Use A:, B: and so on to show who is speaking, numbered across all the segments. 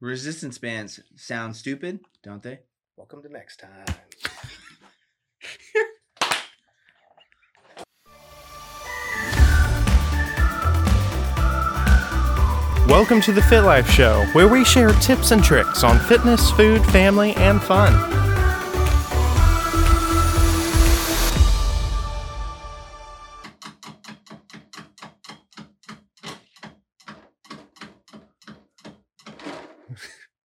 A: Resistance bands sound stupid, don't they?
B: Welcome to next time.
C: Welcome to the Fit Life Show, where we share tips and tricks on fitness, food, family, and fun.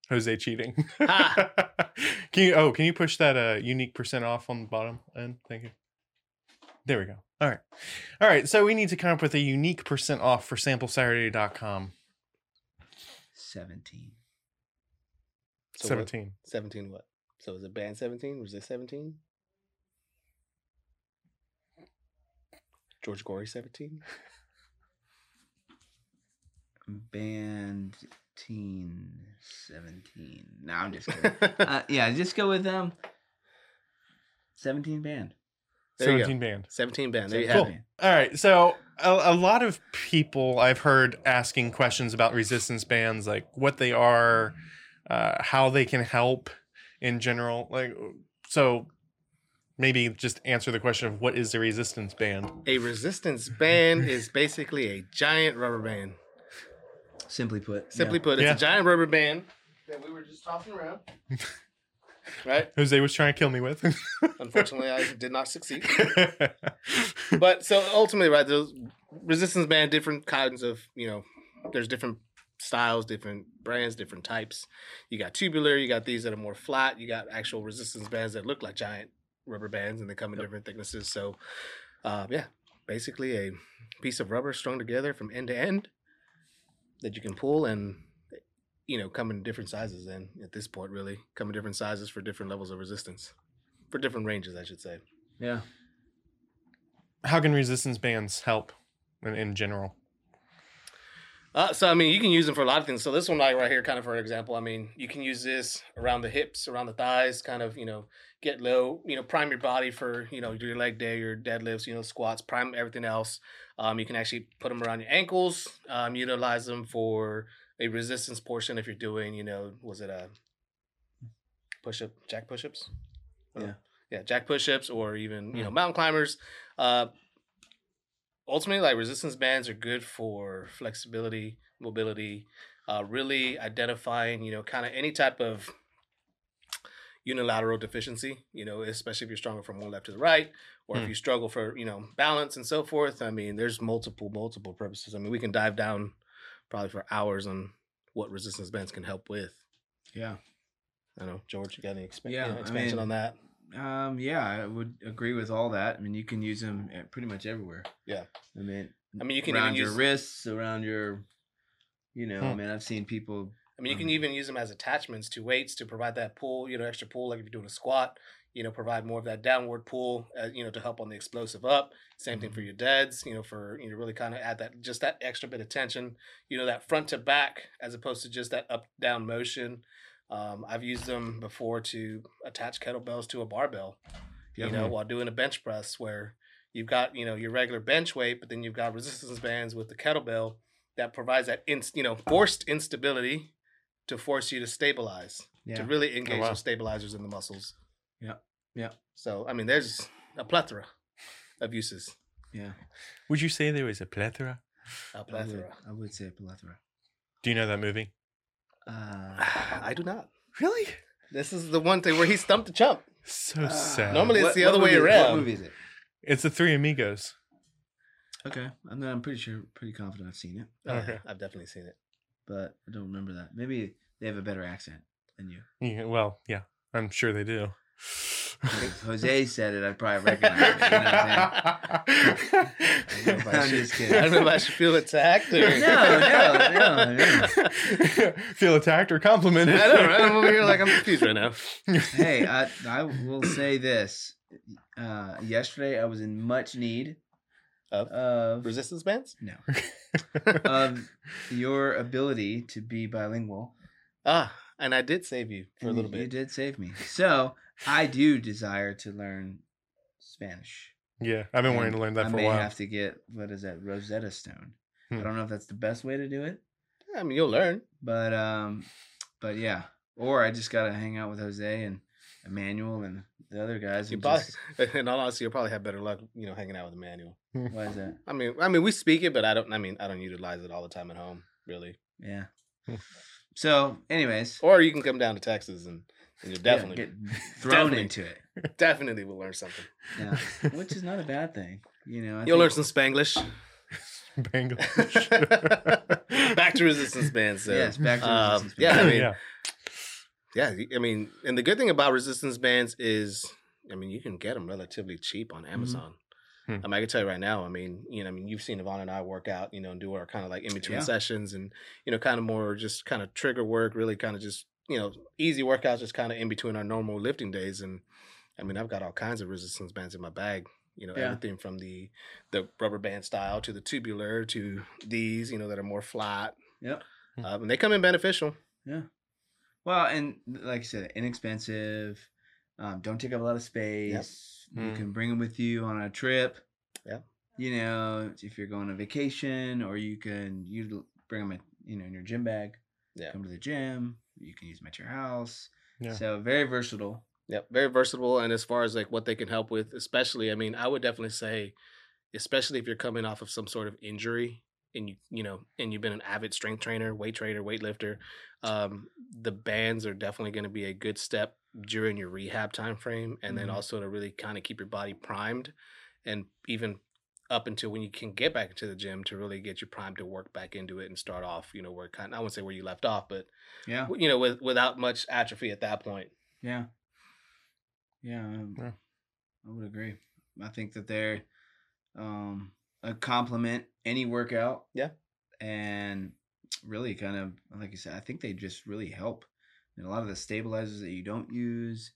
C: Jose cheating. can you? Oh, can you push that uh, unique percent off on the bottom end? Thank you. There we go. All right. All right. So we need to come up with a unique percent off for samplesaturday.com.
A: 17.
B: So what-
C: 17.
B: 17 what? So is it band 17? Was it 17? George Gorey 17?
A: Band teen 17. No, I'm just kidding. uh, yeah, just go with um 17 band.
B: There you go.
C: 17 band.
B: 17 band. There you
C: Cool.
B: have it.
C: All right. So a, a lot of people I've heard asking questions about resistance bands, like what they are, uh, how they can help in general. Like, so maybe just answer the question of what is a resistance band?
B: A resistance band is basically a giant rubber band.
A: Simply put.
B: Simply
A: yeah.
B: put, it's
C: Yeah.
B: a giant rubber band that we were just tossing around. right?
C: Jose was trying to kill me with.
B: Unfortunately, I did not succeed. But so ultimately, right, those resistance band, different kinds of, you know, there's different styles, different brands, different types. You got tubular, you got these that are more flat, you got actual resistance bands that look like giant rubber bands and they come in different thicknesses. So, uh, yeah, basically a piece of rubber strung together from end to end that you can pull and, you know, come in different sizes. And at this point, really, come in different sizes for different levels of resistance, for different ranges, I should say.
A: Yeah.
C: how can resistance bands help in, in general?
B: Uh, so I mean, you can use them for a lot of things. So this one, like right here, kind of for an example. I mean, you can use this around the hips, around the thighs, kind of you know get low, you know, prime your body for you know your leg day, your deadlifts, you know, squats, prime everything else. Um, you can actually put them around your ankles. Um, utilize them for a resistance portion if you're doing, you know, was it a push up, jack push ups?
A: Yeah.
B: yeah, jack push ups, or even you know
A: Hmm.
B: mountain climbers. Uh, ultimately like resistance bands are good for flexibility mobility uh, really identifying you know kind of any type of unilateral deficiency you know especially if you're stronger from one left to the right or if
C: Hmm.
B: you struggle for you know balance and so forth i mean there's multiple multiple purposes i mean we can dive down probably for hours on what resistance bands can help with
A: Yeah.
B: i don't know george you got any expa-
A: Yeah,
B: you know,
A: I
B: expansion
A: mean-
B: on that
A: Um yeah, I would agree with all that. I mean, you can use them at pretty much everywhere.
B: Yeah.
A: I mean,
B: i mean you can
A: around
B: even
A: your
B: use
A: wrists, around your you know,
C: Hmm.
A: I mean, I've seen people
B: I mean, you can
A: Um,
B: even use them as attachments to weights to provide that pull, you know, extra pull, like if you're doing a squat, you know, provide more of that downward pull, uh, you know, to help on the explosive up. Same thing for your deads, you know, for, you know, really kind of add that, just that extra bit of tension, you know, that front to back as opposed to just that up down motion. Um, I've used them before to attach kettlebells to a barbell, you know,
C: Definitely.
B: while doing a bench press where you've got, you know, your regular bench weight, but then you've got resistance bands with the kettlebell that provides that, inst- you know, forced instability to force you to stabilize,
A: yeah. Oh,
B: to really engage
C: wow.
B: those stabilizers in the muscles.
A: Yeah, yeah.
B: So, I mean, there's a plethora of uses.
A: yeah.
C: Would you say there is a plethora?
B: A
A: I would,
B: plethora.
A: I would say plethora.
C: Do you know that movie?
A: Uh
B: I do not.
C: Really?
B: This is the one thing where he stumped the chump.
C: So
A: Ah.
C: sad.
B: Uh, Normally- it's the other
A: movie
B: way
A: is-
B: around.
A: What movie is it?
C: it's the Three Amigos.
A: Okay, I'm not, I'm pretty sure, pretty confident I've seen it,
B: Oh, yeah,
C: Okay.
B: I've definitely seen it.
A: but I don't remember that. Maybe they have a better accent than you.
C: Yeah, well, yeah, I'm sure they do.
A: If Jose said it, I'd probably recognize it. You know what I'm saying? I'm just
B: I
A: kidding.
B: don't know if I should feel attacked or.
A: No, no, no, no.
C: Feel attacked or complimented?
B: I know, right? I'm over here like I'm confused right now.
A: Hey, I, I will say this. Uh, yesterday, I was in much need Uh,
B: Of
A: of
B: resistance bands?
A: no
B: uh,
A: of your ability to be bilingual.
B: Ah, and I did save you for a
A: and
B: little
A: you- You
B: bit.
A: did save me. So I do desire to learn Spanish.
C: Yeah, I've been wanting
A: and
C: to learn that
A: I
C: for a
A: may
C: while.
A: have to get what is that Rosetta Stone. I
C: Hmm.
A: don't know if that's the best way to do it,
B: I mean, you'll learn.
A: but um, But yeah, or I just gotta hang out with Jose and Emmanuel and the other guys.
B: You
A: and
B: probably,
A: just-
B: in all honesty, you'll probably have better luck, you know, hanging out with Emmanuel.
A: why is that?
B: I mean, I mean, we speak it, but I don't. I mean, I don't utilize it all the time at home, really.
A: Yeah.
C: Hmm.
A: So, anyways,
B: Or you can come down to Texas and, and you'll
A: yeah,
B: definitely,
A: get thrown
B: Definitely.
A: into it.
B: definitely will learn something.
A: Yeah, which is not a bad thing. You know, I
B: You'll learn
A: think-
B: some Spanglish.
C: Bangladesh.
B: Back to resistance bands, though.
A: Yes, back to
B: Uh,
A: resistance.
B: yeah, I
A: bands.
B: mean, Yeah, y- I mean, and the good thing about resistance bands is, I mean, you can get them relatively cheap
A: Mm-hmm.
B: on Amazon.
C: Hmm.
B: I mean, I can tell you right now. I mean, you know, I mean, you've seen Yvonne and I work out, you know, and do our kind of like in between
A: Yeah.
B: sessions, and you know, kind of more just kind of trigger work, really kind of just you know easy workouts, just kind of in between our normal lifting days. And I mean, I've got all kinds of resistance bands in my bag. You know,
A: Yeah.
B: everything from the the rubber band style to the tubular to these, you know, that are more flat.
A: Yep.
C: Hmm.
B: Um, and they come in beneficial.
A: Well, and like I said, inexpensive. Um, don't take up a lot of space. You
C: Mm.
A: can bring them with you on a trip.
B: Yep.
A: You know, if you're going on vacation, or you can you bring them, you know, in your gym bag.
B: Yeah.
A: Come to the gym. You can use them at your house.
C: Yeah.
A: So very versatile.
B: Yep, very versatile. And as far as like what they can help with, especially, I mean, I would definitely say, especially if you're coming off of some sort of injury and you, you know, and you've been an avid strength trainer, weight trainer, weightlifter, um, the bands are definitely going to be a good step during your rehab time frame, and then
A: Mhm.
B: also to really kind of keep your body primed, and even up until when you can get back into the gym to really get you primed to work back into it and start off, you know, where kind I wouldn't say where you left off, but
A: Yeah.
B: you know, with without much atrophy at that point.
A: Yeah. Yeah, um,
C: Yeah.
A: I would agree. I think that they're um, a complement any workout.
B: Yeah.
A: And really kind of like you said, I think they just really help. And a lot of the stabilizers that you don't use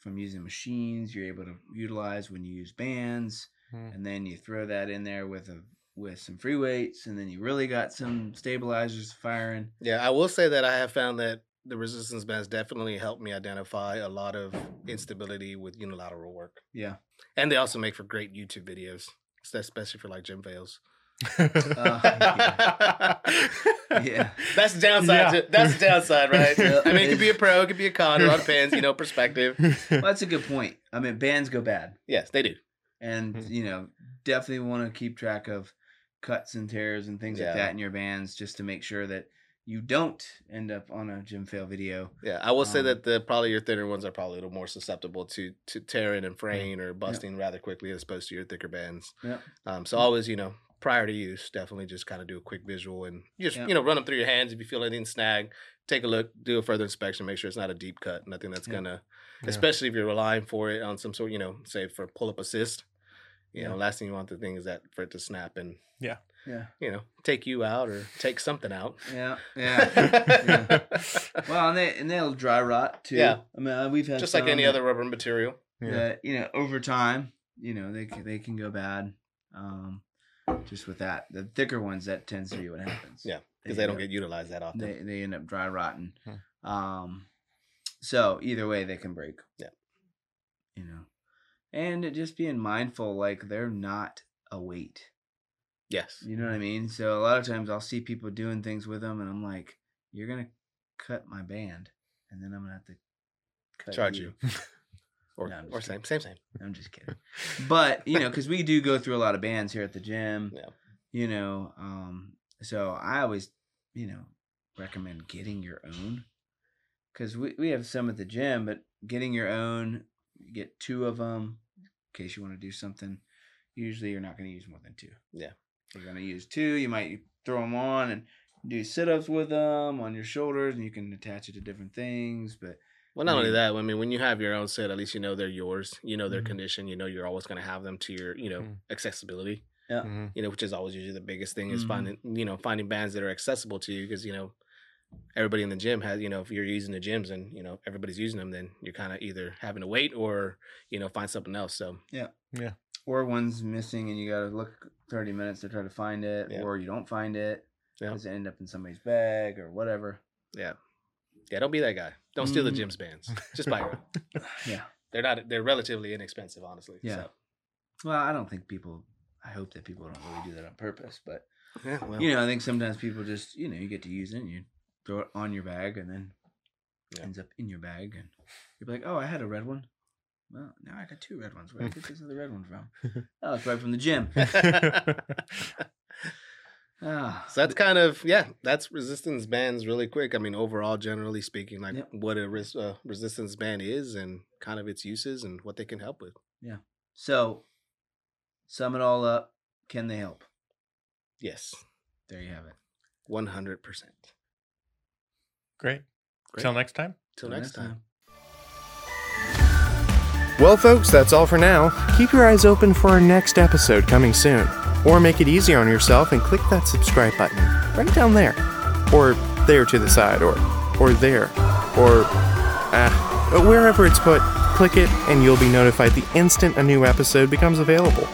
A: from using machines, you're able to utilize when you use bands,
C: Mm.
A: and then you throw that in there with a with some free weights, and then you really got some stabilizers firing.
B: Yeah, I will say that I have found that the resistance bands definitely helped me identify a lot of instability with unilateral work.
A: Yeah.
B: And they also make for great YouTube videos, es- especially for like gym fails.
A: Uh, Yeah.
B: That's downside.
C: Yeah.
B: To, that's downside, right?
C: Yeah.
B: I mean, it could be a pro, it could be a con. A lot of fans, you know, perspective.
A: Well, that's a good point. I mean, bands go bad.
B: Yes, they do.
A: and
B: Hmm.
C: Mhm.
A: you know definitely want to keep track of cuts and tears and things
B: Yeah.
A: like that in your bands just to make sure that you don't end up on a gym fail video
B: Yeah, I will say
A: Um,
B: that the probably your thinner ones are probably a little more susceptible to to tearing and fraying or busting rather quickly as opposed to your thicker bands.
A: Yeah.
B: Um, so always, you know, prior to use, definitely just kind of do a quick visual and just
A: Yeah.
B: you know run them through your hands if you feel anything snag. Take a look, do a further inspection, make sure it's not a deep cut, nothing that's
A: Yeah.
B: gonna,
C: Yeah.
B: especially if you're relying for it on some sort, you know, say for pull up assist. You
A: Yeah.
B: know, last thing you want the thing is that for it to snap and
A: yeah
B: you know take you out or take something out.
A: yeah yeah well and, they, and they'll dry rot too
B: Yeah.
A: i mean uh, we've had
B: just like
A: some
B: any
A: that-
B: other rubber material.
C: Yeah.
A: that you know over time you know they, c- they can go bad um just with that the thicker ones that tends to be what happens
B: Yeah, because they
A: end
B: don't
A: up-
B: get utilized that often.
A: they, they end up dry rotting.
C: Hmm.
A: Um, so either way, they can break.
B: Yeah.
A: You know, and it just being mindful, like they're not a weight.
B: yes.
A: You know what I mean? So a lot of times I'll see people doing things with them, and I'm like, "You're gonna cut my band, and then I'm gonna have to cut
B: Charge you. Or,
A: No, I'm just
B: or same, same, same.
A: I'm just kidding. But, you know, because we do go through a lot of bands here at the gym.
B: Yeah.
A: You know, um, so I always, you know, recommend getting your own. Because we, we have some at the gym, but getting your own, you get two of them in case you want to do something. Usually you're not going to use more than two.
B: Yeah.
A: You're going to use two. You might throw them on and do sit ups with them on your shoulders, and you can attach it to different things. But
B: Well, not only
A: Mhm.
B: that, I mean, when you have your own set, at least you know they're yours. You know their
A: Mm-hmm.
C: Mhm.
B: condition. You know you're always going to have them to your, you know,
A: Mm.
C: Mhm.
B: accessibility.
C: Mhm.
B: You know, which is always usually the biggest thing is
A: Mhm.
B: finding, you know, finding bands that are accessible to you because you know everybody in the gym has, you know, if you're using the gyms and you know everybody's using them, then you're kind of either having to wait or you know find something else. So
A: or one's missing and you gotta look 30 minutes to try to find it
B: Yeah.
A: or you don't find it
B: Yeah.
A: does it end up in somebody's bag or whatever
B: yeah, don't be that guy. Don't steal the
A: Mhm.
B: gym's bands. Just buy your own.
A: yeah
B: They're not. They're relatively inexpensive, honestly.
A: Yeah.
B: So.
A: well i don't think people i hope that people don't really do that on purpose but
B: Yeah. Well.
A: you know i think sometimes people just you know you get to use it and you throw it on your bag and then
B: Yeah.
A: ends up in your bag, and you're like, "Oh, I had a red one. Well, now I got two red ones. Where did I get this other red one from? Oh, it's right from the gym.
C: Mm-hmm.
A: Ah,
B: So that's kind of yeah. That's resistance bands really quick. I mean, overall, generally speaking, like
A: Yep.
B: what a res- uh, resistance band is and kind of its uses and what they can help with.
A: so sum it all up. Can they help?
B: Yes,
A: There you have it.
B: one hundred percent.
C: Great.
B: Great.
C: Till next time.
B: Till next time.
C: Well, folks, that's all for now. Keep your eyes open for our next episode coming soon. Or make it easier on yourself and click that subscribe button right down there. Or there to the side, or or there, or ah, wherever it's put, click it and you'll be notified the instant a new episode becomes available.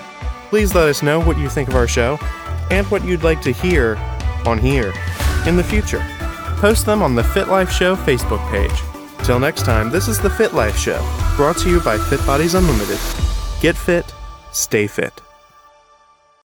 C: Please let us know what you think of our show and what you'd like to hear on here in the future. Post them on the Fit Life Show Facebook page. Till next time, this is the Fit Life Show, brought to you by Fit Bodies Unlimited. Get fit, stay fit.